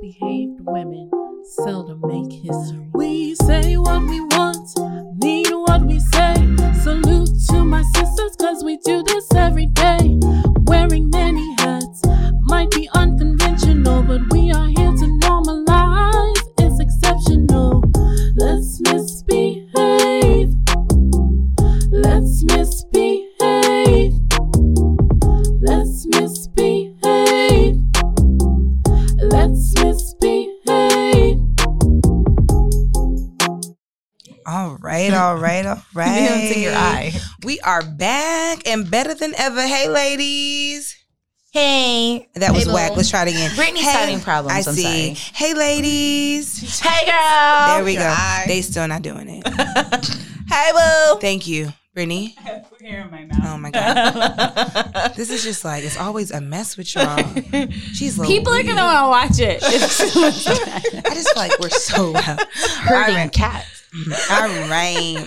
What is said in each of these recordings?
behaved women seldom make history. We say what we want, mean what we say. Salute to my sisters, cause we do this every day. Wearing many hats might be unconventional, but we are here to normalize. It's exceptional. Let's misbehave. Let's misbehave. Let's misbehave. Let's misbehave. All right, all right, all right. Into your eye. We are back and better than ever. Hey, ladies. Hey. That was Hey, whack. boo. Let's try it again. Brittany's Hey- having problems, I I'm see. sorry. Hey, ladies. Hey, girl. there we go. your eye. They still not doing it. Hey, boo. Thank you, Brittany. Oh my god. This is just like it's always a mess with y'all. She's People are gonna want to watch it. I just feel like we're so loud. Hurting cats. All right.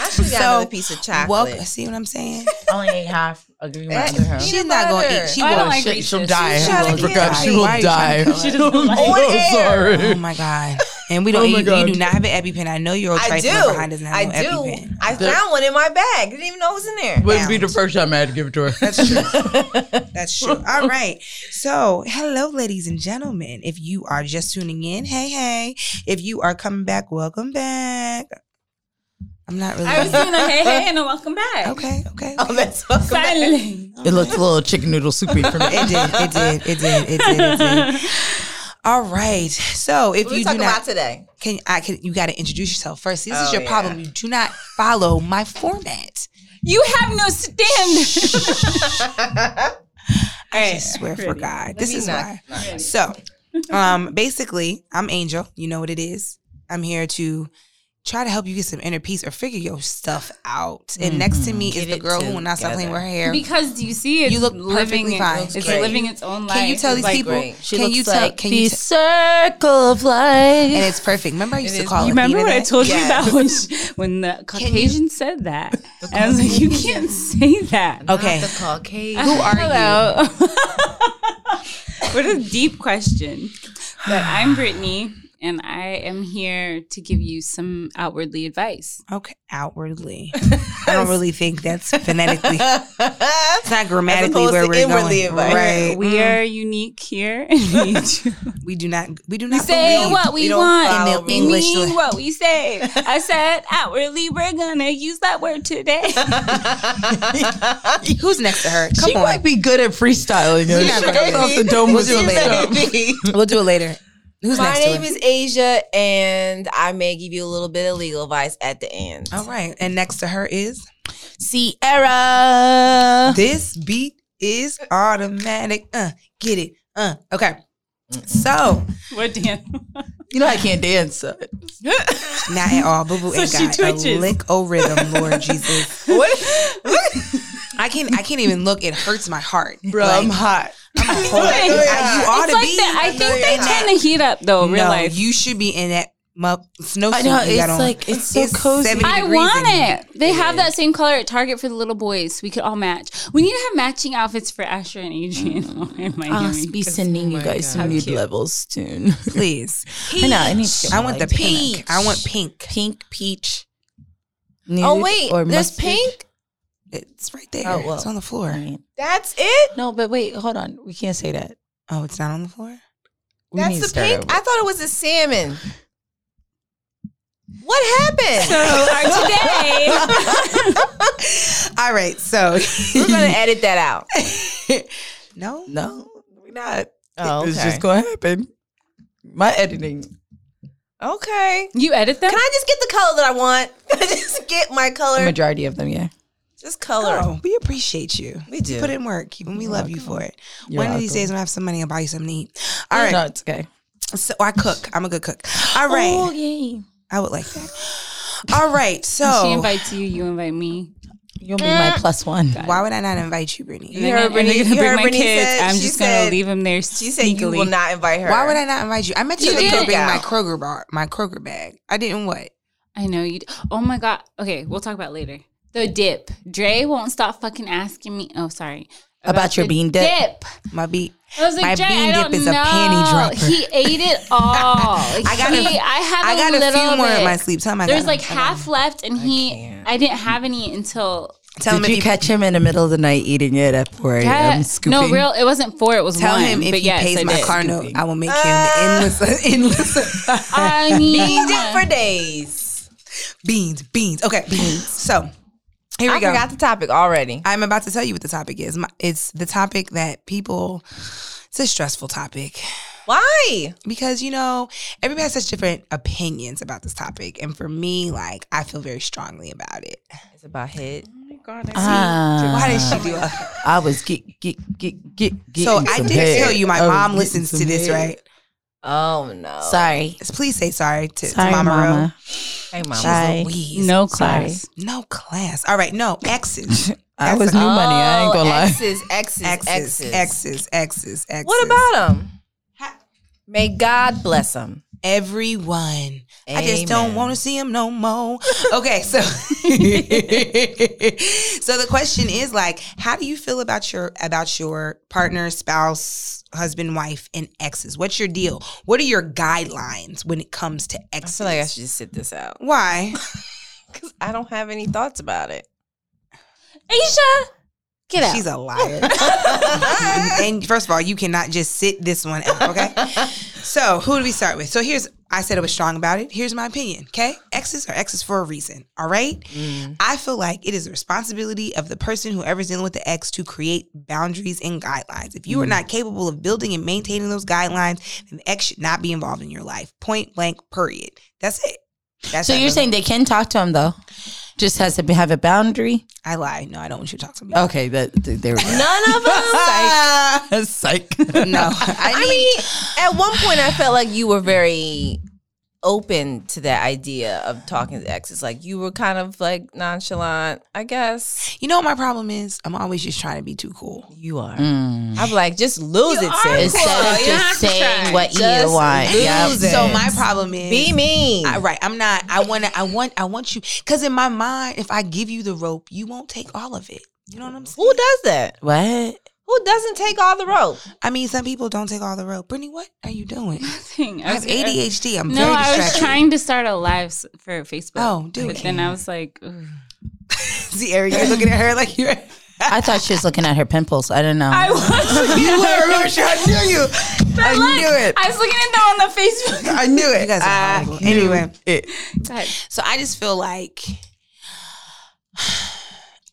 I should have So, got another piece of chocolate. Welcome. See what I'm saying? Only ate half. Agree with That's- her. She's not gonna eat. She I will don't like Shit, Reese's. she'll die. She's trying to She will get die. it. She Why are will you trying to die. kill I'm so Oh sorry. my god! And we don't. Oh my you, you do God. not have an EpiPen. I know you're old I do. trifling behind us now. I no do. EpiPen. I The- found one in my bag. Didn't even know it was in there. Wouldn't be the first time I had to give it to her. That's true. That's true. All right. So, hello, ladies and gentlemen. If you are just tuning in, hey, hey. If you are coming back, welcome back. I'm not really. I was doing a hey hey and a welcome back. okay, okay. Oh, that's welcome back. Silently. It looked a little chicken noodle soupy for me. It did. It did. It did. It did. It did. All right. So, if What are we you do talking about not, today? can I can you got to introduce yourself first. This is Oh, your yeah. problem. You do not follow my format. You have no stand. I swear for Pretty. God, this me is not- why. So, um, basically, I'm Angel. You know what it is. I'm here to try to help you get some inner peace or figure your stuff out. And next to me is Get the it girl who will not stop playing with her hair. because do you see it's You look living perfectly it, fine. it's Looks great. living its own life. Can you tell It's these like- people? great. She can looks you tell? like can the you? T- circle of life. and it's perfect. Remember, I used to is. call You it. remember the what I internet? told you Yes. about when, sh when the Caucasian said that? And I was like, you can't say that. Okay. The Caucasian. Oh, Who are Hello. you? what a deep question. But I'm Brittany, and I am here to give you some outwardly advice. Okay. Outwardly, I don't really think that's phonetically. it's not grammatically opposed where to we're inwardly going. advice. Right. Mm. Mm-hmm. We are unique here. and we do- We do not. We do not say believe. what we, we don't want. follow and We English mean language. what we say. I said outwardly, we're gonna use that word today. Who's next to her? Come she on. might be good at freestyling. She She's might be. off the dome We'll with do it some later. stuff. We'll do it later. Who's My next to name her? is Asia, and I may give you a little bit of legal advice at the end. All right. And next to her is Sierra. this beat is automatic. Uh, get it. Uh, okay. So what Dan? You know I can't dance. uh, so- not at all. Boo boo ain't So she got a twitches. lick o rhythm, Lord Jesus. What? I can't. I can't even look. It hurts my heart, Bro, Like, I'm hot. I'm cold. I- you ought it's to like be. that. I think they you're turn the heat up though. Real no, life. you should be in that mup snowsuit. I know. you got It's on. like, it's so It's cozy. seventy- I degrees want in it. They have that same color at Target for the little boys. We could all match. We need to have matching outfits for Asher and Adrian. Why am I I'll doing be this? sending Oh you guys some nude levels soon. please. I know. I need to get I my want the legs pink. done. I want pink. Pink, peach. oh nude wait, or there's mustard. pink. It's right there. Oh, well. It's on the All floor. right. That's it. No, but wait, hold on. We can't say that. Oh, it's not on the floor. We need That's to the start pink. over. I thought it was a salmon. What happened? So our today, All right. So We're gonna edit that out. no. no, we're not. Oh, It's okay. just gonna happen. My editing. Okay. you edit them. Can I just get the color that I want? Can I just get my The color? majority of them, yeah. Just color. Oh, we appreciate you. We do. Put in work, and we love you for it. You're One of these welcome. days, when I have some money, I'll buy you something to eat. All right. No, it's okay. So I cook. I'm a good cook. All right. yay. I would like that. All right. She So invites you. You invite me. You'll be Mm. my plus one. why would I not invite you, Brittany? heard And they're gonna, and they're Brittany- gonna you bring heard my Brittany kids. said- I'm she just said- gonna leave them there. She said you will not invite her. Why would I not invite you? I meant you You to did. bring my Cookout. Kroger bar, my Kroger bag. I didn't what? I know you. d- Oh my god. Okay, we'll talk about it later. The dip. Dre won't stop fucking asking me. Oh, sorry. About your the bean dip? My beat. I was like, My Jay, bean I dip don't is a know. panty dropper. He ate it all. I got got a- he, I had I got a, little few more bit. in my sleep. Tell him I There's got like half left, and he, I didn't have any until. Tell him Did if he, you catch him in the middle of the night eating it at 4 a.m. That- scooping? no, real. It wasn't four. It was tell one. him if but he yes, I pays my did. car note, I will make him endless, endless I mean, for days. beans, beans. Okay, beans. So here we I go. forgot the topic already. I'm about to tell you what the topic is. My, it's the topic that people. It's a stressful topic Why? because you know everybody has such different opinions about this topic, and for me, like I feel very strongly about it. It's about hit. Ah, Why did she do? I was get get get get. So getting I some did head. tell you my Oh, I was mom getting listens to some this, head. right? Oh no. Sorry, So Please say sorry to, to sorry, Mama, Mama. Ro. Hey, mama. Sorry. Louise. no Sorry. class. No class. All right, no exes. I was new money. I ain't gonna Oh, lie. Exes, exes, Exes, exes, exes, exes, exes. What about him? May God bless him. everyone? I just don't Amen. want to see him no more. Okay, so so the question is like, how do you feel about your about your partner, spouse, husband, wife, and exes? What's your deal? What are your guidelines when it comes to I exes? feel like I should just sit this out Why? because I don't have any thoughts about it. Aisha, get out. She's a liar. and first of all, you cannot just sit this one out, okay? so, who do we start with? So, here's I said I was strong about it. Here's my opinion, okay? Exes are exes for a reason, all right? I feel like it is the responsibility of the person whoever's dealing with the ex to create boundaries and guidelines. If you are Mm-hmm. not capable of building and maintaining those guidelines, then the ex should not be involved in your liff. Point blank, period. That's it. That's So how I you're feel. saying they can talk to him though, just has to be, have a boundary. I lie. No, I don't want you to talk to Oh. me. Okay, that th- there we go. None of us. Psych. No, I, I mean, mean, at one point, I felt like you were very open to that idea of talking to exes. Like you were kind of like nonchalant, I guess. you know what my problem is? I'm always just trying to be too cool. You are. Mm. I'm like, just lose it, sis. Instead of You have just to try. saying what Just you want. lose Yep. it. So my problem is Be mean. I, right, I'm not. I want to. I want. I want you. Because in my mind, if I give you the rope, you won't take all of it. You know what I'm saying? Who does that? What? Who doesn't take all the rope? I mean, some people don't take all the rope. Brittany, what are you doing? Nothing. I have ADHD. I'm No, very I distracted. was trying to start a live s- for Facebook. Oh, do But it. then I was like, ooh. See, Eric, you're looking at her like you're. I thought she was looking at her pimples. I don't know. you were Roach. I knew you. I knew it. I was looking at them on the I Facebook. knew it. Ah, You guys are horrible. Anyway, God. So I just feel like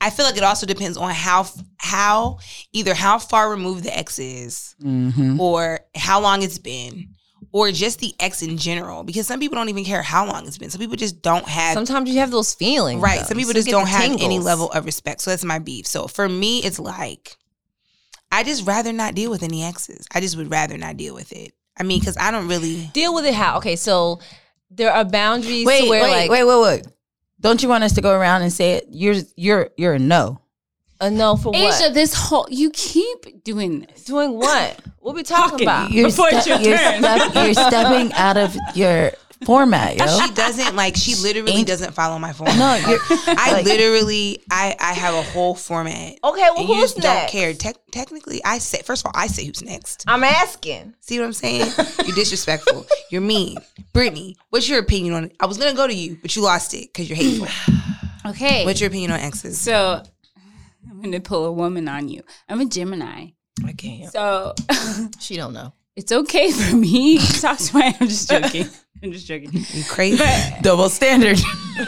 I feel like it also depends on how how either how far removed the ex is Mm-hmm. or how long it's been or just the ex in general because some people don't even care how long it's been. Some people just don't have Sometimes you have those feelings. right. though. Some You people still just get the don't have any tingles. level of respect. So that's my beef. So for me it's like I just rather not deal with any exes. I just would rather not deal with it. I mean, because I don't really. Deal with it how? Okay, so there are boundaries Wait, to where wait, like wait, wait, wait. Don't you want us to go around and say it? You're you're you're a no. a Uh, no for what? Asia, this whole you keep doing this. Doing what? What we talking, Ah. about? You're Before it's your you're, turn. step- you're stepping out of your format, yo. She doesn't like. She literally Ain't- doesn't follow my form. No, you're I like, literally, I, I have a whole format. Okay, well and you who's just Oh, don't next? care. Tec- technically, I say first of all, I say who's next. I'm asking. See what I'm saying? You're disrespectful. You're mean. Brittany, what's your opinion on? I was gonna go to you, but you lost it because you're hateful. Okay. What's your opinion on exes? so I'm gonna pull a woman on you. I'm a Gemini. I can't. So She don't know. it's okay for me to talk to my I'm just joking. I'm just joking. You crazy? Double standard.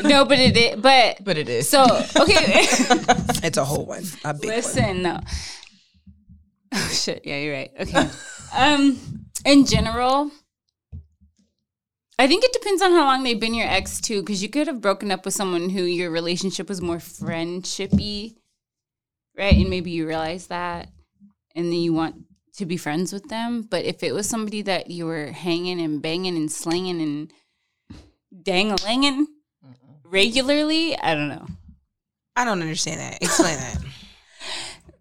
No, but it is but But it is. so okay. it's a whole one, a big one. Listen though. Oh shit, yeah, you're right. Okay. um in general. I think it depends on how long they've been your ex too, because you could have broken up with someone who your relationship was more friendshipy, right? And maybe you realize that, and then you want to be friends with them. But if it was somebody that you were hanging and banging and slinging and danglinging regularly, I don't know. I don't understand that. Explain that.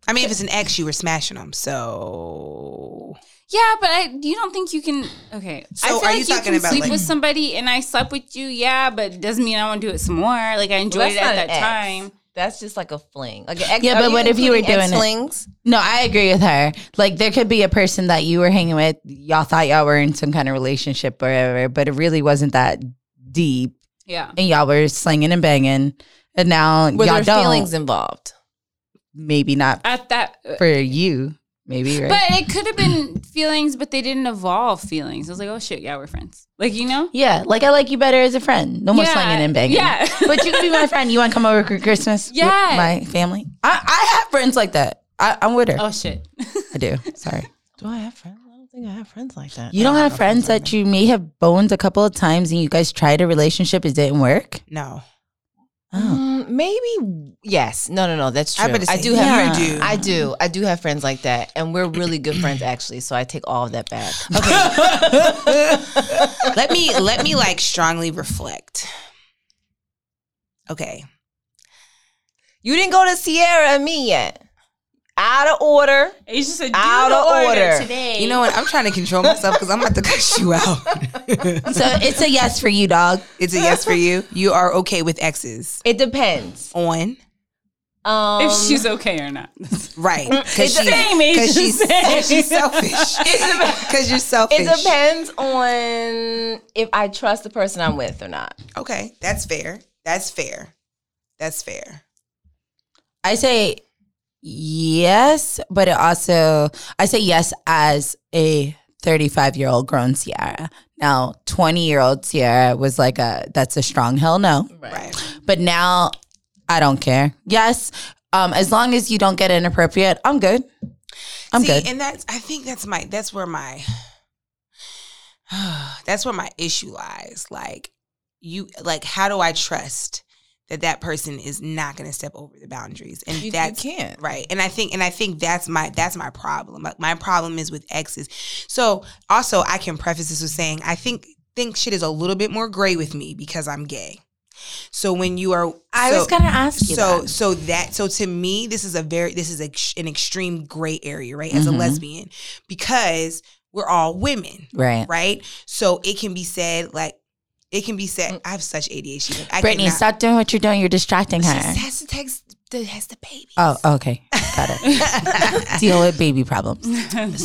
I mean, if it's an ex, you were smashing them. So Yeah, but I you don't think you can okay. So I feel are like you you, talking can about, sleep like- with somebody and I slept with you, yeah, but it doesn't mean I want to do it some more. Like I enjoyed Well, it that's not at that an ex. time. That's just like a fling. Like an ex, Yeah, are but what if you were including doing it? ex-flings? No, I agree with her. Like, there could be a person that you were hanging with, y'all thought y'all were in some kind of relationship or whatever, but it really wasn't that deep, Yeah. and y'all were slinging and banging, and now Were y'all there don't. feelings involved? Maybe not At that. for you. Maybe right. But it could have been feelings, but they didn't evolve feelings. I was like, oh shit, yeah, we're friends. Like, you know? yeah, like I like you better as a friend. No more Yeah, slinging and banging. yeah. but you can be my friend. You want to come over for Christmas? with Yeah. my family. I, I have friends like that. I, I'm with her. Oh shit. I do. Sorry. Do I have friends? I don't think I have friends like that. You don't have friends that you may have boned a couple of times and you guys tried a relationship, it didn't work. No. Oh. Mm, maybe yes. No, no, no. That's true. I I, would've said do have yeah. friends. You do. I do. I do have friends like that, and we're really good friends actually. So I take all of that back. Let me let me like strongly reflect. Okay. You didn't go to Sierra and me yet. Out of order. Asia said, Out of order. today. You know what? I'm trying to control myself because I'm about to cut you out. So it's a yes for you, dog. it's a yes for you. You are okay with exes It depends. on Um, if she's okay or not. right because It's the same, it's the she's, same. she's selfish because you're selfish. it depends on if I trust the person I'm with or not. Okay, that's fair. That's fair. That's fair. I say yes, but it also, I say yes as a 35 year old grown Sierra. Now, 20 year old Sierra was like a, that's a strong hell no. Right. But now I don't care. Yes. Um, as long as you don't get inappropriate, I'm good. I'm See, good. and that's I think that's my that's where my that's where my issue lies. Like you like how do I trust that that person is not going to step over the boundaries? And You, that's you can't. right and i think and i think that's my that's my problem like my problem is with exes so also i can preface this with saying i think think shit is a little bit more gray with me because i'm gay so when you are I so, was gonna ask you. so that. so that so to me this is a very this is ex- an extreme gray area right as Mhm. a lesbian because we're all women right. right so it can be said like it can be said i have such adhd like, I Mm. Brittany, cannot- stop doing what you're doing. You're distracting she her. has to text the, has the baby Oh, okay. Got it. Deal with baby problems.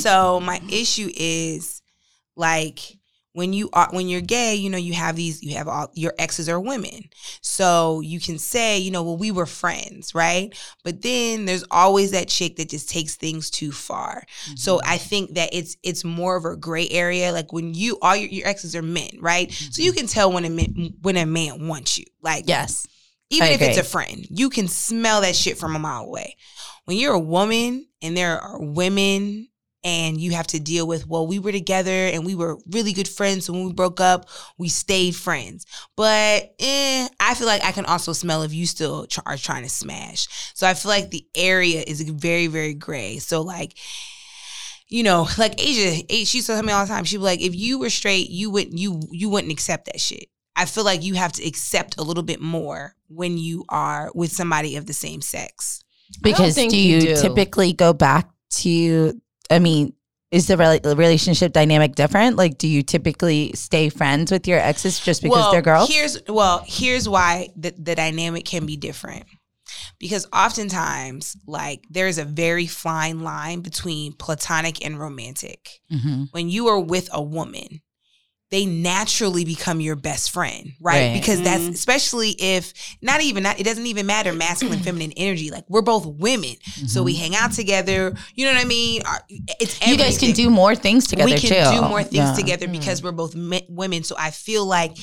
so my issue is like when you are when you're gay you know you have these you have all your exes are women so you can say you know well we were friends right but then there's always that chick that just takes things too far so i think that it's it's more of a gray area like when you all your, your exes are men right so you can tell when a man when a man wants you like Yes. even I if it's a agree. friend, you can smell that shit from a mile away. When you're a woman and there are women and you have to deal with, well, we were together and we were really good friends. So when we broke up, we stayed friends. But eh, I feel like I can also smell if you still tr- are trying to smash. So I feel like the area is very, very gray. So, like, you know, like Asia, A- she used to tell me all the time. She'd be like, if you were straight, you wouldn't you you wouldn't accept that shit. I feel like you have to accept a little bit more when you are with somebody of the same sex. Because do think you you do. typically go back to? I mean, is the rela- relationship dynamic different? Like, do you typically stay friends with your exes just because well, they're girls? Here's well, here's why the, the dynamic can be different. Because oftentimes, like, there's a very fine line between platonic and romantic. mm-hmm. when you are with a woman, they naturally become your best friend, right? Right. Because that's Mhm. especially if not even not, it doesn't even matter masculine feminine energy. Like we're both women, so we hang out together. You know what I mean? Our- It's everything. Mm-hmm. You guys can do more things together we can too. do more things Yeah. together because we're both men, women. So I feel like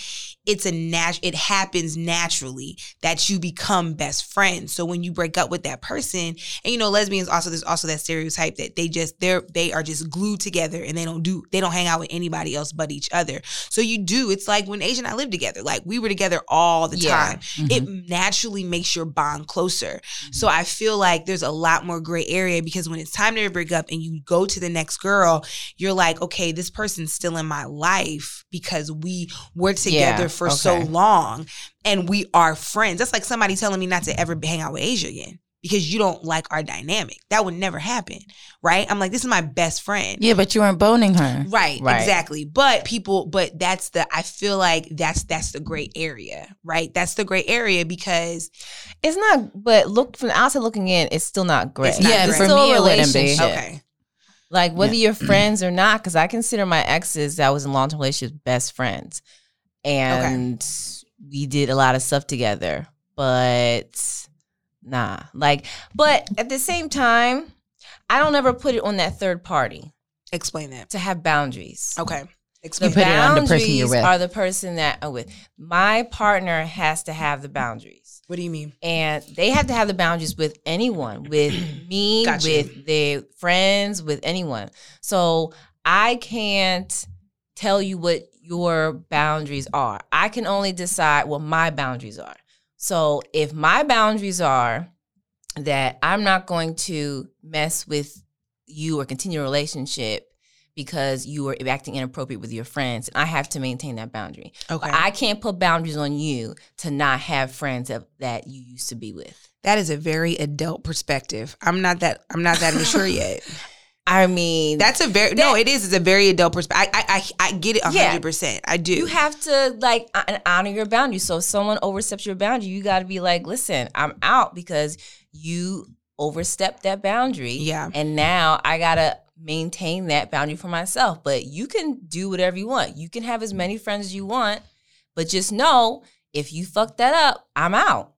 it's a nat- it happens naturally that you become best friends. So when you break up with that person, and you know, lesbians also there's also that stereotype that they just they're they are just glued together and they don't do they don't hang out with anybody else but each other. So you do. It's like when Asia and I lived together, like we were together all the Yeah. time. It naturally makes your bond closer. So I feel like there's a lot more gray area because when it's time to break up and you go to the next girl, you're like, okay, this person's still in my life because we were together Yeah, for so okay. long and we are friends. That's like somebody telling me not to ever hang out with Asia again. because you don't like our dynamic. That would never happen, right? I'm like, this is my best friend. Yeah, but you weren't boning her. Right, Right. exactly. But people, but that's the I feel like that's that's the gray area, right? That's the gray area because It's not, but look from the outside looking in, it's still not great. It's not Yeah, great. for Still me, a it wouldn't be. relationship. okay, Like whether you're friends or not, because I consider my exes that I was in long term relationships best friends, and we did a lot of stuff together. But nah, like, but at the same time, I don't ever put it on that third party explain that. to have boundaries. Okay, The explain. put it on the person you're boundaries with. are the person that I'm with. My partner has to have the boundaries what do you mean? and they have to have the boundaries with anyone, with me, Got you. with their friends, with anyone. So I can't tell you what your boundaries are. I can only decide what my boundaries are. So if my boundaries are that I'm not going to mess with you or continue a relationship because you are acting inappropriate with your friends, I have to maintain that boundary. Okay, I can't put boundaries on you to not have friends that, that you used to be with. that is a very adult perspective. I'm not that I'm not that mature yet. I mean, That's a very no. It is. It's a very adult perspective. I I I, I get it hundred Yeah. percent. I do. you have to like hon- honor your boundaries. So if someone oversteps your boundary, you got to be like, listen, I'm out because you overstepped that boundary. Yeah. And now I got to maintain that boundary for myself. But you can do whatever you want. You can have as many friends as you want, but just know if you fuck that up, I'm out.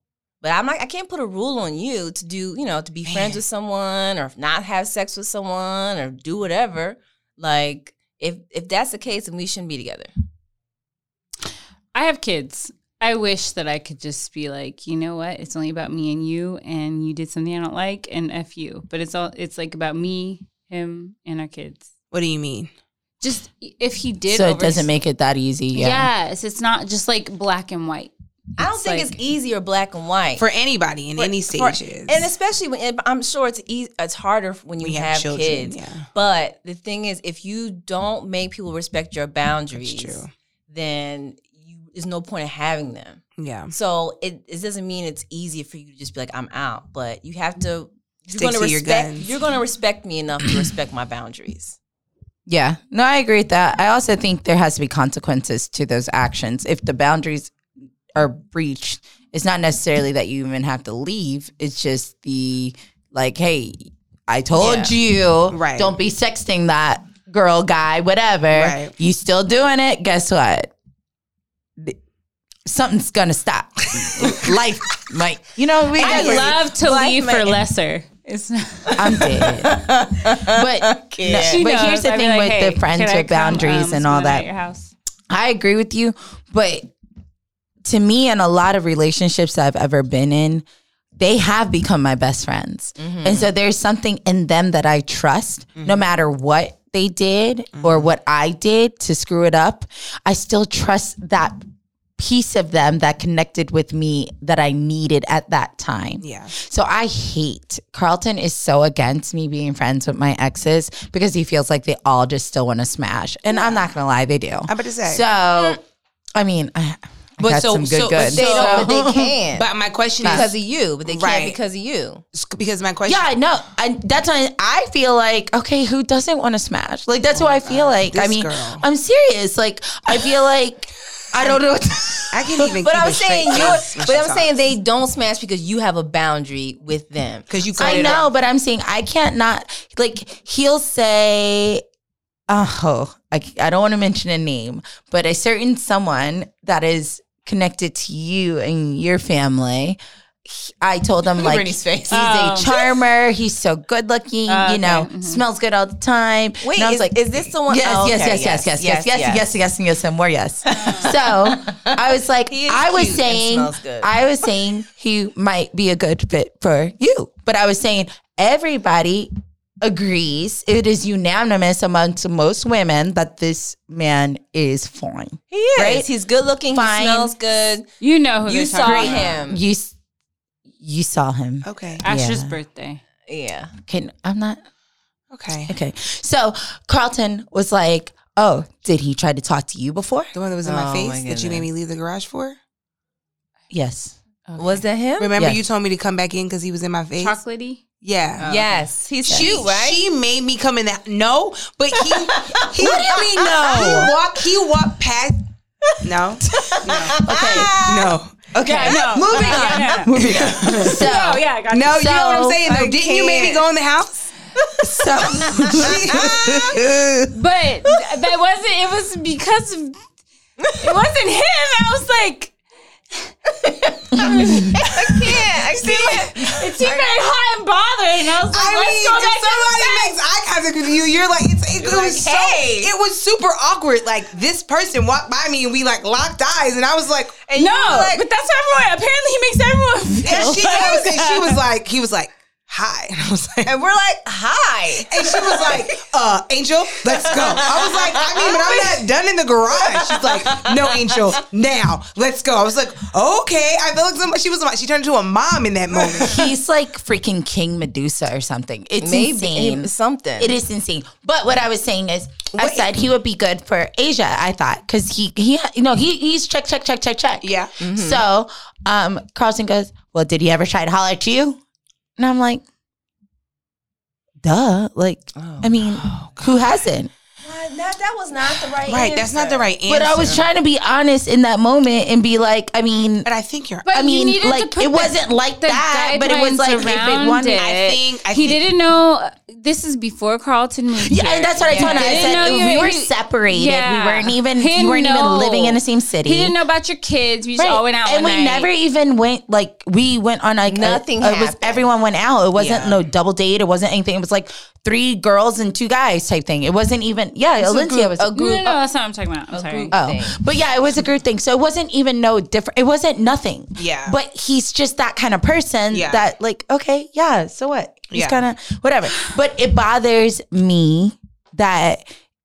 But I'm not, I can't put a rule on you to do, you know, to be friends Man. with someone or not have sex with someone or do whatever. Like if if that's the case, then we shouldn't be together. I have kids. I wish that I could just be like, you know what? It's only about me and you, and you did something I don't like, and f you. But it's all it's like about me, him, and our kids. What do you mean? Just if he did, so it over- doesn't make it that easy. Yeah. Yes, it's not just like black and white. I don't think like- it's easy or black and white For anybody in For- any for- stages, and especially when and I'm sure it's eas it's harder when you We have have, children, kids. yeah. But the thing is, if you don't make people respect your boundaries, true. then you, there's no point in having them. yeah. So it, it doesn't mean it's easy for you to just be like, I'm out. But you have to. You're Stick gonna to your respect. guns. you're gonna respect me enough to respect my boundaries. Yeah. No, I agree with that. I also think there has to be consequences to those actions. If the boundaries are breached, it's not necessarily that you even have to leave. It's just the like, hey, I told you, Right. Don't be sexting that girl, guy, whatever. Right. You still doing it? Guess what? Th- Something's gonna stop. Life, might you know, we I gotta- love to leave for lesser. It's I'm dead. but no, She but knows. here's the I'd be thing like, with "Hey, the friends can I with come, boundaries um, and all spend the night that. at Your house. I agree with you, but to me, in a lot of relationships that I've ever been in, they have become my best friends. And so there's something in them that I trust, no matter what they did or what I did to screw it up. I still trust that piece of them that connected with me that I needed at that time. Yeah. So I hate Carlton is so against me being friends with my exes because he feels like they all just still want to smash. And I'm not gonna lie, they do. I'm about to say. So, I mean, I, I got so- some good so- good. They don't, but they can but my question because is of you. But they Right. can't because of you. because my question. yeah, no, I, that's why I feel like okay, who doesn't want to smash? Like that's what I feel like. I this mean, girl. I'm serious. Like I feel like I don't know. What I can't even. But keep I'm a straight saying you. face when But she I'm saying talks. they don't smash because you have a boundary with them. Because you cut I it know, off. but I'm saying I can't not like he'll say, oh, I, I don't want to mention a name, but a certain someone that is connected to you and your family. he- I told him like Brittany's face. he's Oh. a charmer. He's so good looking. Oh, you know, okay, mhm. smells good all the time. mm-hmm. Wait, and I was is, like, is this the one? Yes, Oh, yes, okay, yes, yes, yes, yes, yes, yes, yes, yes, and yes, and more yes. so I was like, He is I was cute and saying, smells good. I was saying he might be a good fit for you, but I was saying everybody agrees. It is unanimous amongst most women that this man is fine. He is. Right? He's good looking. Fine. He smells good. You know who You Oh, they're saw talking about. him. You, s- you saw him. Okay. Asher's Yeah. birthday. Yeah. Can I'm not Okay. okay. So Carlton was like, "Oh, did he try to talk to you before?" The one that was in Oh, my my face that you made me leave the garage for? Yes. Was that him? Remember, Yes. you told me to come back in because he was in my face. Chocolatey? Yeah. Yes, he's She, cute, right? she made me come in that. No, but he, he what do you mean no? He walked, he walked past. No. No. Okay. Moving on. Yeah, no, no. Moving on. So, Oh, yeah, I got No, you know what So, I'm saying? I Though? Didn't you maybe can't. go in the house? so She- But that wasn't. It was because of, it wasn't him. I was like, I can't. I can't. It seemed very hot and bothered, and I was like, I let's mean, go if back to the somebody makes eye contact with you, you're like, it's, it, You're was like, so, hey. it was super awkward. Like this person walked by me and we like locked eyes, and I was like, No, but that's how everyone. Apparently, he makes everyone feel. and she, like- knows, and she was like, he was like, hi, and I was like, and we're like, hi. and she was like, uh, Angel, let's go. I was like, I mean, but I'm not done in the garage. She's like, no, Angel, now let's go. I was like, okay. I felt like somebody. She was like, she turned into a mom in that moment. he's like freaking King Medusa or something. It's insane. Maybe something. It is insane. But what I was saying is, I said he would be good for Asia. I thought because he he you know he he's check check check check check. Yeah. Mm-hmm. So um, Carlson goes, well, did he ever try to holler at you? And I'm like, duh. Like, Oh, I mean, who hasn't? That, that was not the right. Right, that's not the right answer. But I was trying to be honest in that moment and be like, I mean, But I think you're. But I you mean, needed to like put it the- wasn't like the that, but it was guidelines like if it around wanted. I think I he think- didn't know. This is before Carlton moved. Yeah, here. and that's what I told him. I Didn't said know we you- were he- separated. Yeah. We weren't even He we didn't weren't know. even living in the same city. He didn't know about your kids. We just Right. all went out, and one we night. never even went like we went on like a- Nothing it was happened. everyone went out. It wasn't Yeah. no double date. It wasn't anything. It was like three girls and two guys type thing. It wasn't even yeah. Olympia was a No, no, group. no, uh, that's not what I'm talking about. I'm sorry. group. Oh, thing. but yeah, it was a group thing. So it wasn't even no different. It wasn't nothing. Yeah. But he's just that kind of person Yeah. that like, okay, yeah. So what? He's Yeah. kind of whatever. But it bothers me that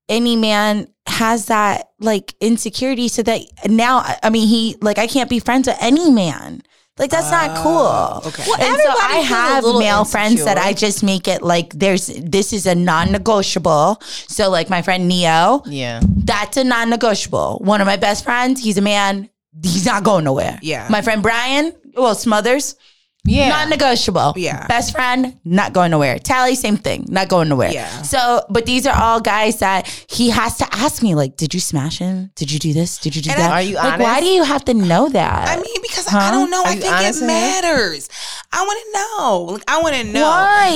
any man has that like insecurity. So that now, I- I mean, he like I can't be friends with any man. Like that's not cool. Okay. and so Oh, everybody I feels a have little male friends that insecure. I just make it like there's this is a non-negotiable. So like my friend Neo, Yeah. that's a non-negotiable. One of my best friends, he's a man. He's not going nowhere. Yeah. My friend Brian, well, Smothers, Yeah. non-negotiable. Yeah. Best friend, not going nowhere. Tally, same thing, not going nowhere. Yeah. So, but these are all guys that he has to ask me, like, did you smash him? Did you do this? Did you do that? Are you like, honest? why do you have to know that? I mean, because I Huh? don't know. I you think honest it with her? matters. I want to know. Like, I want to know. Why?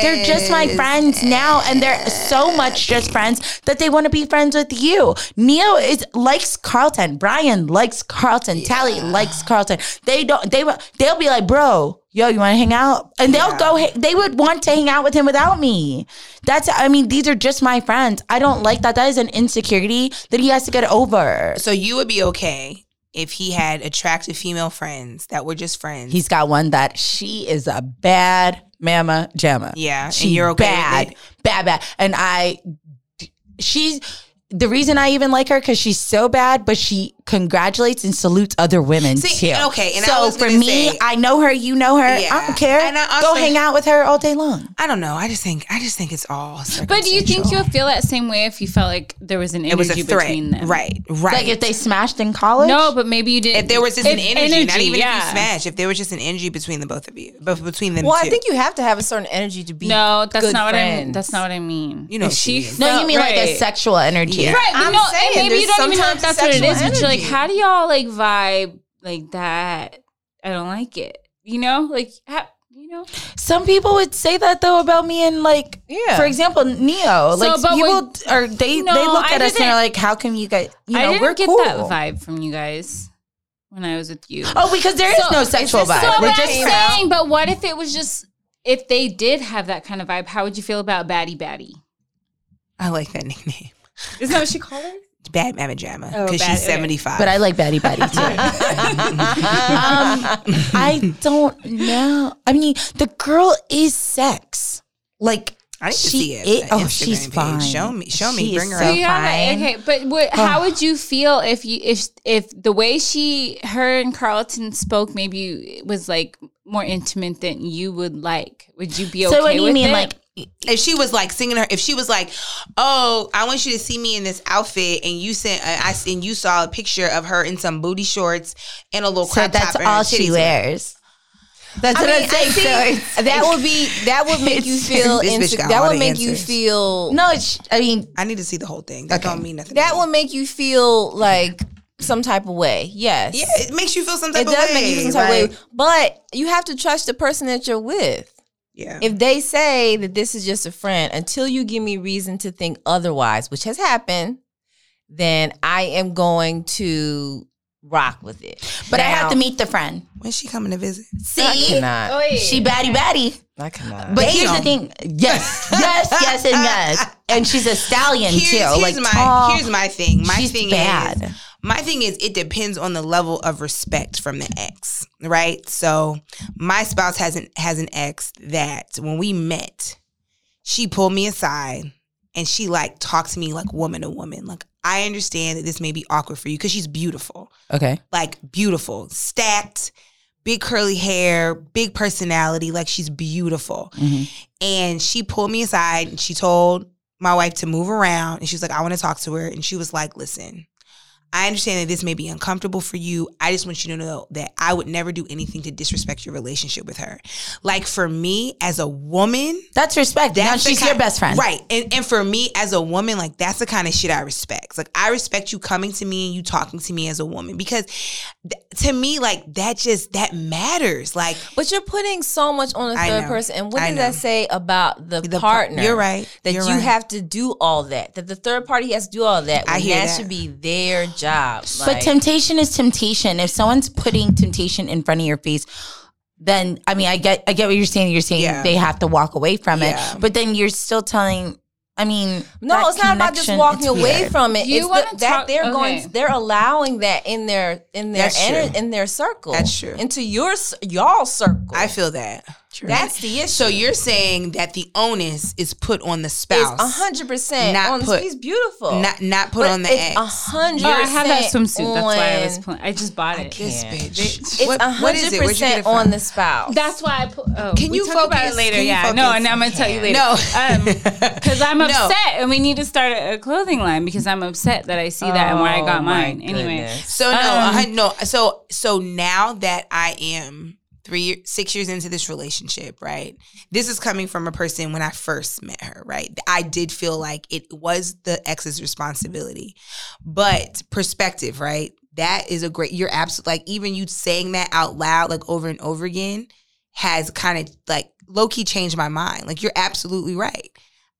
they're just my Because- friends now, and they're so much just friends that they want to be friends with you. Neo is likes Carlton. Brian likes Carlton. Tally likes Carlton. They don't. They will. They'll be like, bro, yo, you want to hang out? And they'll go. ha- They would want to hang out with him without me. That's. I mean, these are just my friends. I don't like that. That is an insecurity that he has to get over. So you would be okay if he had attractive female friends that were just friends. He's got one that she is a bad mama jamma. Yeah, and she you're okay with bad, it? bad, bad. And I, she's the reason I even like her because she's so bad, but she congratulates and salutes other women See, too. okay, and I so was for gonna me, say- I know her, you know her. I Yeah. don't care. And I Go also- hang out with her all day long. I don't know. I just think I just think it's all. But do you think circumstantial. you'll feel that same way if you felt like there was an energy It was a threat, between them? right? Right. Like if they smashed in college. No, but maybe you didn't. if there was just an If- energy, not even if yeah. you smash, if there was just an energy between the both of you, but between them well, two. I think you have to have a certain energy to be. No, that's good not what I mean. friends. That's not what I mean. You know If what she you mean. No, you felt- mean like a right. sexual energy. Yeah. Right, but I'm no, saying and maybe you there's don't even know if sometimes that's what it sexual is. But you're like, energy. how do y'all like vibe like that? I don't like it. You know, like ha- you know. Some people would say that though about me and like Yeah. for example, Neo. Like but people when- are they No, they I look at us and didn't- they're like, How come you guys you know, I didn't we're get cool. that vibe from you guys when I was with you. Oh, because there is So- no sexual this vibe. so so, we're but I'm just about- saying, but what if it was just if they did have that kind of vibe? How would you feel about Batty Batty? I like that nickname, Isn't that what she called her? Bad Mama Jamma, Oh, because bad- she's okay. seventy five. but I like Batty Batty too. um, I don't know. I mean, the girl is sex. Like I need to she see it. is- that oh, Instagram she's page. fine. Show me, show me, She is bring her so up. Yeah, fine. okay, but what, how would you feel if you if if the way she her and Carlton spoke maybe was like more intimate than you would like? Would you be okay? so what do you with mean? it? Like if she was like singing her, if she was like, "Oh, I want you to see me in this outfit," and you sent, uh, I and you saw a picture of her in some booty shorts and a little So crop top. that's and her all she titties- wears. That's I what mean, I'm saying. I So think it's- that would be that would make you It's- feel this bitch inse- got that all would the make you answers. feel no. It's, I mean, I need to see the whole thing. That don't mean nothing. to that me. would make you feel like some type of way. Yes. yeah, it makes you feel some type It of does way. make you feel some type right? of way. But you have to trust the person that you're with. Yeah, If they say that this is just a friend, until you give me reason to think otherwise, which has happened, then I am going to rock with it. but I have Now- to meet the friend. when's she coming to visit? I See, cannot. she baddie baddie. I cannot. But here's the thing. Yes, yes, yes, and yes. And she's a stallion Here's, too. here's like my tall. here's my thing. My she's thing is bad. My thing is, it depends on the level of respect from the ex, right? So, my spouse has an has an ex that when we met, she pulled me aside and she like talked to me like woman to woman. Like, I understand that this may be awkward for you because she's beautiful, Okay. like beautiful, stacked, big curly hair, big personality, like she's beautiful. Mm-hmm. And she pulled me aside and she told my wife to move around and she was like, I want to talk to her. And she was like, listen. I understand that this may be uncomfortable for you. I just want you to know that I would never do anything to disrespect your relationship with her. Like for me as a woman, That's respect. now the she's ki- your best friend. Right. And and for me as a woman, like that's the kind of shit I respect. Like I respect you coming to me and you talking to me as a woman because th- to me like that just that matters. Like But you're putting so much on a I third know. person. And what I does that know. say about the, The par- partner? you're right. That You're you right. have to do all that. That the third party has to do all that. I when hear that, that. should be their job. But Like, temptation is temptation. If someone's putting temptation in front of your face, then I mean, I get, I get what you're saying. You're saying Yeah. they have to walk away from Yeah. it, but then you're still telling. I mean, no, that it's not about just connection, walking it's away weird. from it. You it's wanna the, that talk- they're okay. going they're allowing that in their in their That's ener- true. in their circle. That's true. Into your s- y'all circle. I feel that. That's the issue. So you're saying that the onus is put on the spouse. It's hundred percent Not on put- he's beautiful. Not not put but on the it's ex. a hundred Oh, I have that swimsuit. On, That's why I was playing. I just bought it. this Yeah. bitch. It's What- a what is it? Where'd hundred you get it percent from? on the spouse. That's why I put. Oh, Can we you talk about focus? it later? Can you yeah, no, focus? and I'm gonna tell you later. No. Um, because I'm No. upset, and we need to start a, a clothing line because I'm upset that I see that and where I Oh, got my mine. Anyway, goodness. So no, Um, I, no. So so now that I am three, six years into this relationship, right? This is coming from a person when I first met her, right? I did feel like it was the ex's responsibility, but perspective, right? That is a great. You're absolutely like even you saying that out loud, like over and over again, has kind of like low key changed my mind. Like you're absolutely right.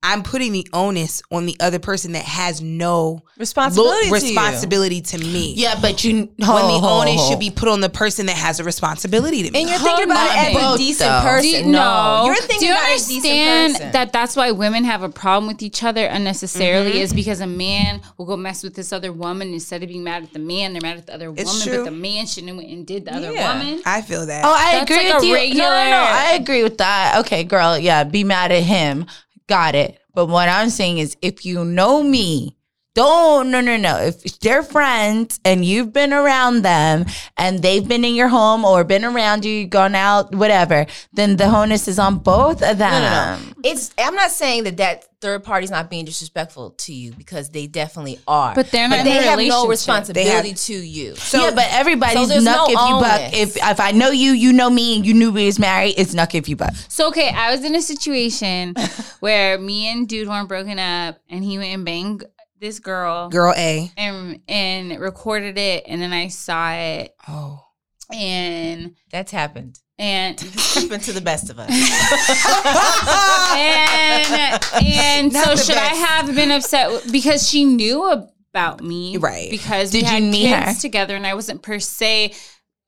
I'm putting the onus on the other person that has no responsibility. to you. responsibility to me Yeah, but you when the onus should be put on the person that has a responsibility to me. And you're thinking about it as Both, a decent though. person. Do you- no. You're thinking Do you about it as a decent understand person. that that's why women have a problem with each other unnecessarily Mm-hmm. is because a man will go mess with this other woman instead of being mad at the man, they're mad at the other It's woman, true. but the man shouldn't have went and did the other Yeah. woman. I feel that. Oh, I That's agree like with a you. No, no, regular- no, I agree with that. Okay, girl. Yeah, be mad at him. Got it. But what I'm saying is, if you know me, don't. No, no, no. If they're friends and you've been around them and they've been in your home or been around you, gone out, whatever, then the onus is on both of them. No, no, no. It's. I'm not saying that that third party's not being disrespectful to you because they definitely are. But they're not in they a have no relationship. responsibility They have- to you. yeah, but everybody's so there's nuck no if you buck. onus. If if I know you, you know me, and you knew we was married. It's nuck if you buck. So okay, I was in a situation where me and dude weren't broken up and he went and banged this girl Girl A. and and recorded it and then I saw it Oh. and That's happened. and happened to the best of us. and and Not so the should I best. have been upset w- because she knew about me, Right. Because we Did you had meet kids her? together, and I wasn't per se.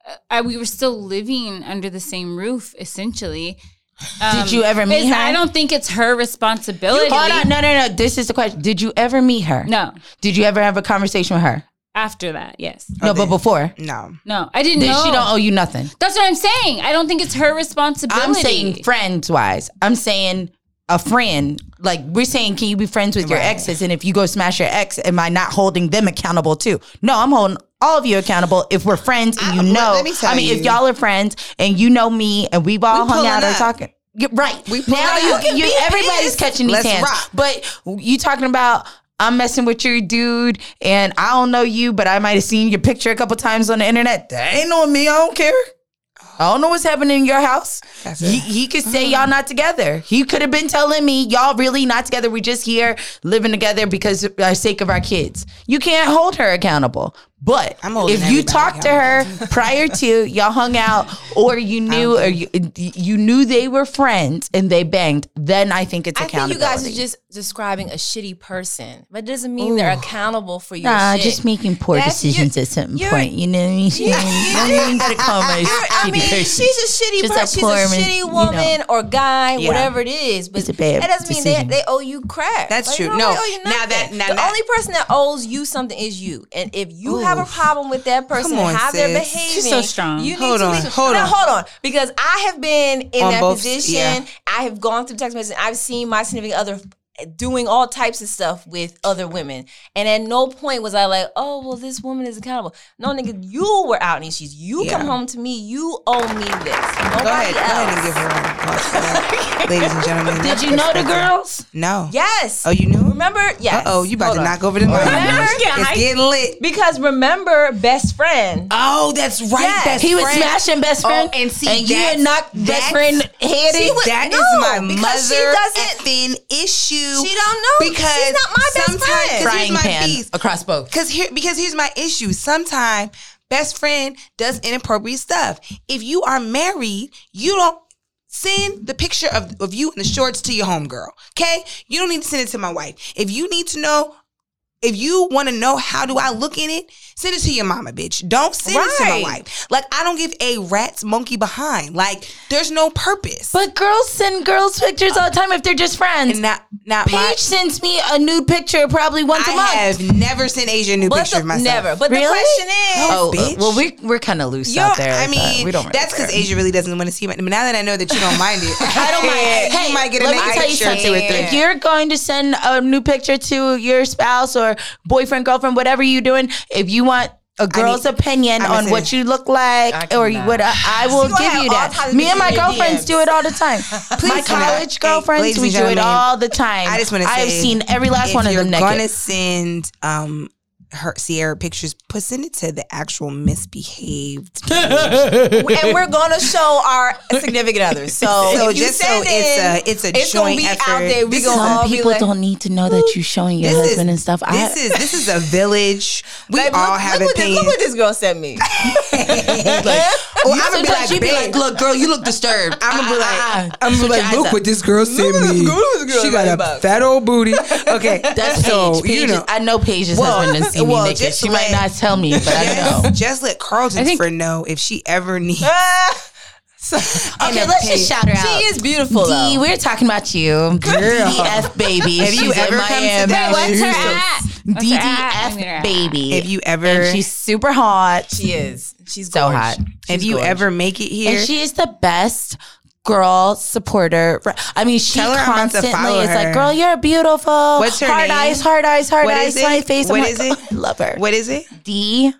uh, I, we were still living under the same roof, essentially. Um, you ever meet it's- her? I don't think it's her responsibility. Hold on, no, no, no. This is the question. Did you ever meet her? No, Did you ever have a conversation with her? after that, yes. No, but then- before. No. No, I didn't Then know. she don't owe you nothing. That's what I'm saying. I don't think it's her responsibility. I'm saying friends wise. I'm saying a friend. Like we're saying, can you be friends with your exes? And if you go smash your ex, am I not holding them accountable too? No, I'm holding all of you accountable if we're friends and I- you know. let me tell I mean, if you. y'all are friends and you know me and we've all We hung pulling out or up. talking. You're right. We pull now it you out. can. You, everybody's catching these Let's hands. rock. But you talking about I'm messing with your dude, and I don't know you, but I might have seen your picture a couple times on the internet. That ain't on me. I don't care. I don't know what's happening in your house. That's He, it. he could Mm-hmm. say y'all not together. He could have been telling me y'all really not together. We just here living together because of our sake of our kids. You can't hold her accountable. But I'm holding if you everybody talked to her prior to y'all hung out or you knew or you, you knew they were friends and they banged, then I think it's I think you accountability. guys are just describing a shitty person, but it doesn't mean they're accountable for your Nah, shit. just making poor That's- you- decisions at certain you're- point. You know what I mean? You don't even gotta call her a I shitty mean, person. she's a shitty Just a person. She's poor a man, you shitty know. woman or guy, Yeah. whatever it is. But It's a bad that doesn't decision. mean they, they owe you crap. That's Like, true. they don't No. really owe you Now nothing. that- now the that- only person that owes you something is you. And if you have a Oof. problem with that person Come on, and how they're sis. behaving, She's so strong. You Hold need on, to leave- hold no, on. hold on. Because I have been in On that both- position. yeah. I have gone through text messages. I've seen my significant other doing all types of stuff with other women. And at no point was I like, oh, well, this woman is accountable. No, nigga, you were out in these sheets. You Yeah. come home to me. You owe me this. Nobody Go ahead, go ahead else. and give her one. ladies and gentlemen. Did you know the girls? No. yes. Oh, you knew? Remember? Yes. Uh oh, you about Hold to on. knock over the mic. Remember? It's getting lit. Because remember, best friend. Oh, that's right. Yes. Best He was friend. smashing best friend, Oh, and see, and you that's- had knocked best that's- friend head See, in. that is no, my because she mother doesn't- effing issue. She don't know. because She's not my best sometimes- friend. Cause here's frying my pan beef. across both. Cause here, because here's my issue. Sometimes best friend does inappropriate stuff. If you are married, you don't send the picture of, of you in the shorts to your homegirl. Okay, you don't need to send it to my wife. If you need to know, if you want to know how do I look in it, send it to your mama, bitch. Don't send it to my Right. wife. Like I don't give a rat's monkey behind. Like there's no purpose. But girls send girls pictures all the time if they're just friends. and not not Paige my. sends me a nude picture probably once a I month. have never sent Asia a new But picture the, of myself. never. But the Really? question is, No. Oh, uh, bitch. well, we we're kind of loose Yo, out there. I but mean, we don't. Really that's care. because Asia really doesn't want to see my. But now that I know that you don't mind it, I don't mind. Hey, you might get a Let me naked tell you picture or something. two or three. If you're going to send a new picture to your spouse or boyfriend, girlfriend, whatever you're doing, if you want a girl's opinion I'm on gonna what say- you look like I or cannot. what I, I will gonna give have you all kinds that. of Me and bitches my in your girlfriends DMs. do it all the time. my do not. college Hey, girlfriends, ladies we and do it gentlemen, all the time. I just wanna I have say, seen every last if one of you're them gonna naked. send um her Sierra pictures, put send it to the actual misbehaved. and we're gonna show our significant others. So, So if you just so send in, it's a it's a joint gonna be effort. out there. We This gonna is a- all be like, need to know that you're showing your this is- This is this is a village. We "Babe, all look, have look, what this, opinions. look what this girl sent me. Or I'm gonna be like, "Bitch, look, girl, you look disturbed. I'm gonna be like, I'm gonna be Switch like, eyes look up. what this girl sent at this me. girl, look at this girl She in got my a inbox." fat old booty. Okay, That's so Paige. Paige you is- know. I know Paige's husband has seen well, me naked. just She might let- not tell me, but I know. Just, just let Carlton's think- friend know if she ever needs. Okay, let's just shout her out. She is beautiful. D, though. we're talking about you. DF baby. Have you ever come to Dallas? What's her at? What's her at? I need her DDF at. baby. If you ever, and she's super hot. She is. She's So gorgeous. hot. if you gorgeous. ever make it here, And she is the best girl supporter. I mean, she Tell her I'm about to constantly follow is her. like, "Girl, you're beautiful." What's her hard name? eyes, hard eyes, hard What eyes, is it? my face. What I'm is it? like, "Oh, I love her. what is it D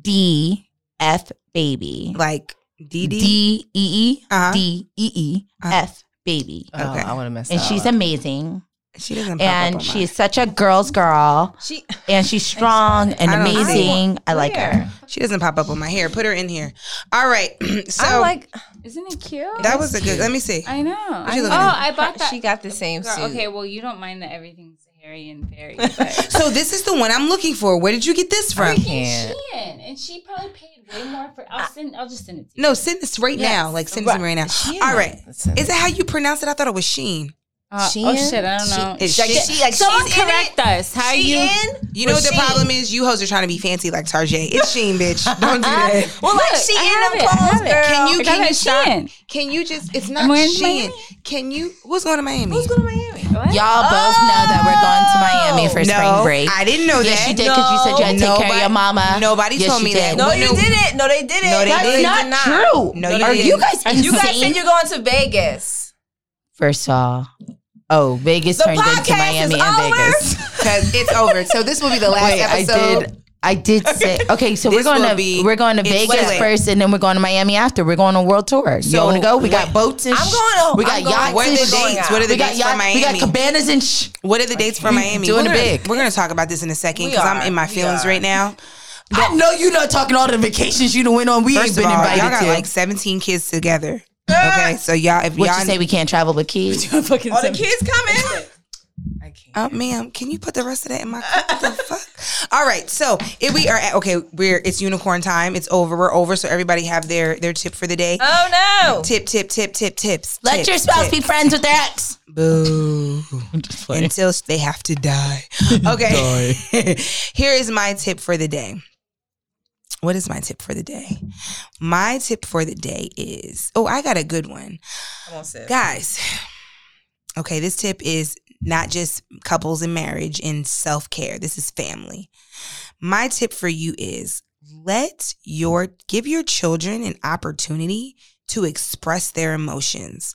D F baby. like? DD. D E E Uh-huh. Uh, D E E F baby. Oh, Okay. I want to mess um, And that she's up. amazing. She doesn't. Pop up on And mine. she is such a girl's girl. She And she's strong and I don't see amazing. I like her. She doesn't pop up on my hair. Put her in here. All right. so I like. Isn't it cute? that was a good. Let me see. I know. I you know. looking Oh, at? I bought that. She got the same Girl, suit. okay, well, you don't mind that everything's hairy and fairy, but So this is the one I'm looking for. Where did you get this from? Shein, and she probably paid way more for. I'll send. I'll just send it to you. No, send this right now. Like send it to me right now. All right. Is that how you pronounce it? I thought it was Sheen. Uh, oh shit! I don't know. It's Like, Sheen. she, like, Someone she's in it. correct us. How She you? in? You know what the Sheen. problem is? You hoes are trying to be fancy like Tarjay. It's Sheen, bitch. Don't do that. Well, like Look, she I in have them it, I clothes, have it. girl. Can you I got can that you stop? Sheen. Can you just? It's Am not I in Sheen. Miami? Can you? Who's going to Miami? Who's going to Miami? What? Y'all both know that we're going to Miami for spring no, break. I didn't know yes, that. you did because you said you had to take Nobody- care of your mama. nobody Yes, told you me that. did. No, But you no- didn't. No, they didn't. No, they That's didn't. not not true. No, you Are didn't. you guys insane? You guys said you're going to Vegas. First of all, oh, Vegas The turned into podcast Miami is and over. Vegas. because it's over. So this will be the last Wait, I episode. did. I did say okay. So we're This going will to be- we're going to it's Vegas lit. first, and then we're going to Miami after. We're going on world tour. you So, want to go? We got wait. boats and I'm sh- going to- We I'm got going- yachts. What are and the sh- dates? What are the we got dates for yachts- We got Miami? cabanas and sh- What are the dates for Miami? doing we're it gonna, big. We're gonna talk about this in a second We because I'm are. in my We feelings are. right now. I know you're not talking all the vacations you done went on. We First ain't of been all, y'all invited got to. like 17 kids together. Okay, so y'all, if what y'all you say? We can't travel with kids. Fucking All the kids coming. I can't. Uh, ma'am, can you put the rest of that in my cup? What the fuck? All right, so if we are at, okay, we're it's unicorn time. It's over. We're over. So everybody have their their tip for the day. Oh no. Tip, tip, tip, tip, tips. Let tips, your spouse be tips. friends with their ex. boo until they have to die. Okay, here is my tip for the day. What is my tip for the day? My tip for the day is oh, I got a good one. Come on, sis. Guys, okay, this tip is not just couples and marriage and self care. This is family. My tip for you is let your give your children an opportunity to express their emotions.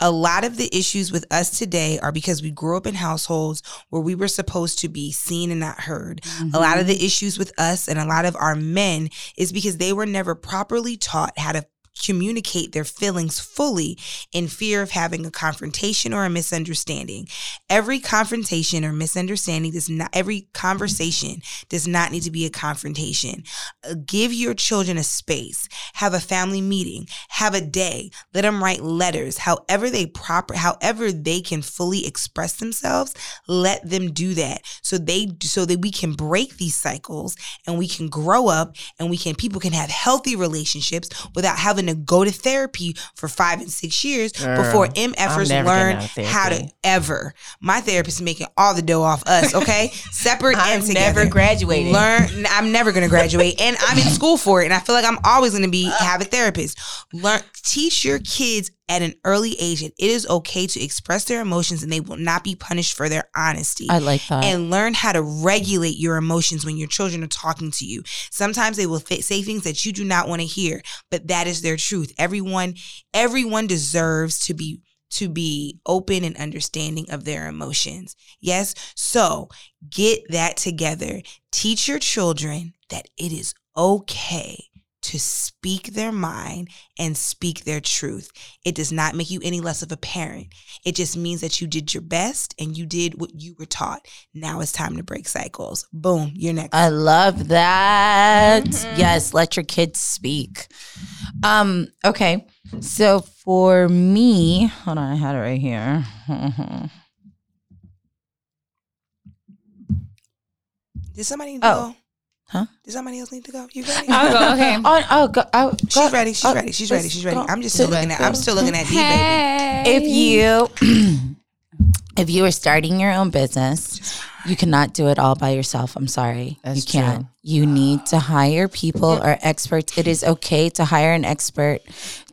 A lot of the issues with us today are because we grew up in households where we were supposed to be seen and not heard. A lot of the issues with us and a lot of our men is because they were never properly taught how to communicate their feelings fully in fear of having a confrontation or a misunderstanding. Every confrontation or misunderstanding does not every conversation does not need to be a confrontation. Uh, Give your children a space. Have a family meeting. Have a day. Let them write letters. However they proper however they can fully express themselves, let them do that. So they so that we can break these cycles and we can grow up and we can people can have healthy relationships without having to go to therapy for 5 and 6 years before MFers never learn getting out of how to therapy. ever. My therapist is making all the dough off us, okay? Separate and I'm together. never graduating. Learn. I'm never going to graduate, and I'm in school for it, and I feel like I'm always going to be Uh. have a therapist. Learn. Teach your kids at an early age that it is okay to express their emotions, and they will not be punished for their honesty like that. and learn how to regulate your emotions when your children are talking to you. Sometimes they will th- say things that you do not want to hear, but that is their truth. Everyone everyone deserves to be to be open and understanding of their emotions. Yes? So, get that together. Teach your children that it is okay to speak their mind and speak their truth. It does not make you any less of a parent. It just means that you did your best and you did what you were taught. Now it's time to break cycles. Boom, you're next. I love that. Mm-hmm. Yes, let your kids speak. Um, okay. So for me, hold on, I had it right here. did somebody need oh. to go? Huh? Did somebody else need to go? You ready? I'll go. Okay. oh, oh, go, oh go- She's ready. She's oh, ready. She's let's ready. She's ready. go. I'm just still looking at. I'm still looking at D baby. if you if you are starting your own business you cannot do it all by yourself i'm sorry That's you can't you need to hire people or experts it is okay to hire an expert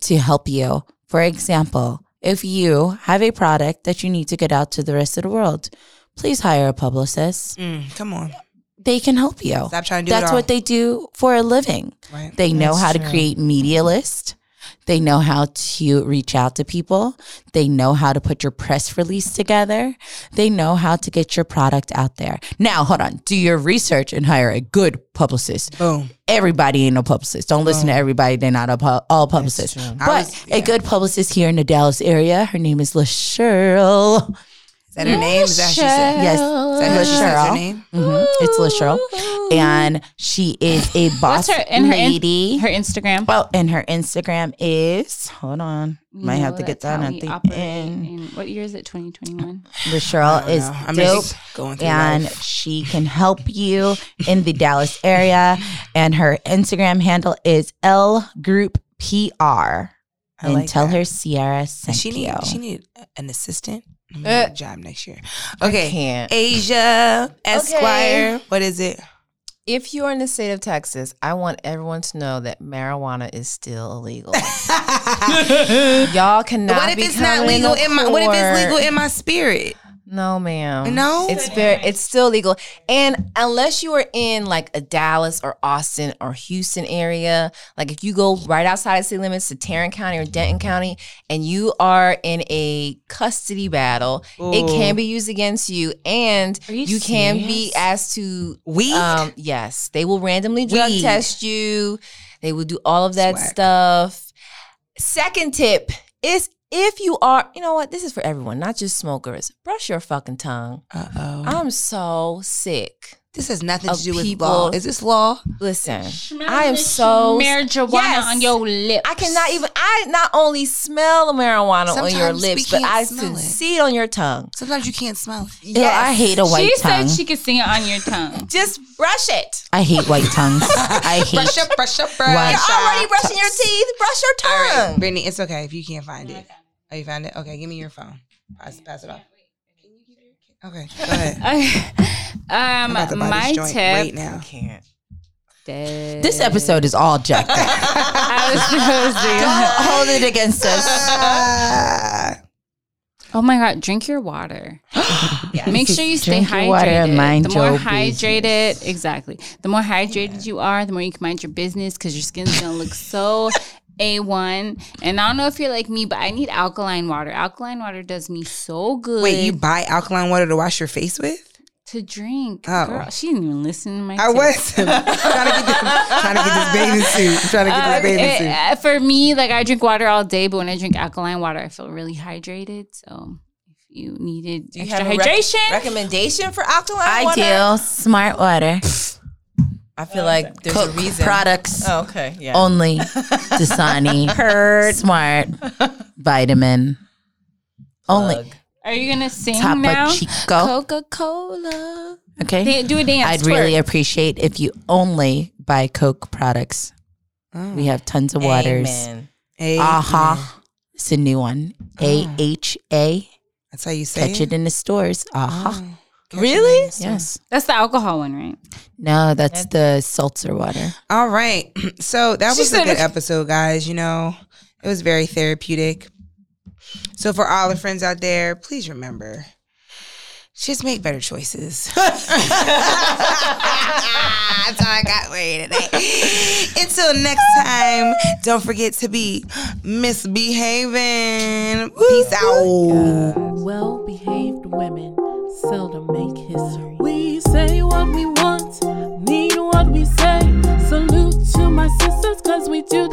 to help you for example if you have a product that you need to get out to the rest of the world please hire a publicist Mm, come on. they can help you Stop trying to do that's it all. what they do for a living Right. they know That's how to true. create media lists. They know how to reach out to people. They know how to put your press release together. They know how to get your product out there. Now, hold on. Do your research and hire a good publicist. Boom. Everybody ain't a publicist. Don't listen to everybody. They're not a pu- all publicists. true. But I was- a good publicist here in the Dallas area. Her name is LaSherl. Is that her name? Is that what she said? Yes, Is that what she said is her LaSherl. name? Mhm. It's LaSherl. And she is a boss What's her and her, in- lady. her Instagram? Well, and her Instagram is hold on, We might have know to get that's how that we at the operate end. in- what year is it? Twenty twenty one. The Cheryl is No, I'm dope, just going through and life. she can help you in the Dallas area. And her Instagram handle is L Group PR. I and like tell that. her Sierra sent she need you. she need an assistant. I'm gonna Uh, get a job next year. Okay. Can't. Asia Esquire. What is it? If you're in the state of Texas, I want everyone to know that marijuana is still illegal. Y'all cannot. what if be it's not coming legal to in my what if it's court- legal in my spirit? No, ma'am. No? It's very it's still legal. And unless you are in like a Dallas or Austin or Houston area, like if you go right outside of city limits to Tarrant County or Denton County and you are in a custody battle, it can be used against you and Are you, can be asked to weed. um yes, they will randomly drug Weed. test you. They will do all of that Swag. stuff. Second tip is if you are, you know what, this is for everyone, not just smokers. Brush your fucking tongue. uh oh. I'm so sick. This has nothing to of do with people- law. Is this law? Listen, Smell I am this so marijuana Yes. on your lips. I cannot even. I not only smell the marijuana on your Sometimes we lips, but can't I smell can it. see it on your tongue. Sometimes you can't smell it. Ew, I hate a white She tongue. said she could sing it on your tongue. Just brush it. I hate white tongues. I hate. Brush up, brush up, brush Why? You're up. already brushing your teeth. Brush your All right, tongue. Brittany, it's okay if you can't find it. Oh, you found it? Okay, give me your phone. Pass, pass it off. Okay, go ahead. Okay. um, I'm about to buy my this joint tip. right now. Can't. This episode is all jacked up. I was supposed Don't hold it against us. Ah. to. Oh my god! Drink your water. Make sure you stay Drink hydrated. your water and mind the more your hydrated, exactly. The more hydrated you are, the more you can mind your business because your skin's gonna look so a one. And I don't know if you're like me, but I need alkaline water. Alkaline water does me so good. Wait, you buy alkaline water to wash your face with? to drink? Oh. Girl, she didn't even listen to my. I tip. was trying to get this, trying to get this bathing suit. I'm trying to Um, get this bathing it- suit. uh, for me, like I drink water all day, but when I drink alkaline water, I feel really hydrated. So if you needed Do you extra have a rec- hydration, Recommendation for alkaline water? Ideal smart water. I feel like there's Cook a reason. products Oh, okay. Yeah. only. Dasani. Heard. Smart. Vitamin. Only. are you gonna sing now? Topo Chico. Coca Cola. Okay. Do a dance. I'd really appreciate if you only buy Coke products. We have tons of waters. Oh. Amen. Oh. Hey, Aha. It's a new one. A H A. That's how you say Catch it in the stores. Aha. Oh, Really? Yes. That's the alcohol one, right? No, that's the seltzer water. All right. So that She was a said good it. episode, guys. You know, it was very therapeutic. So for all the friends out there, please remember, just make better choices. That's all I got for you today. Until next time, don't forget to be misbehaving. Peace out. Well behaved women seldom make history. We say what we want, mean what we say. Salute to my sisters, cause we do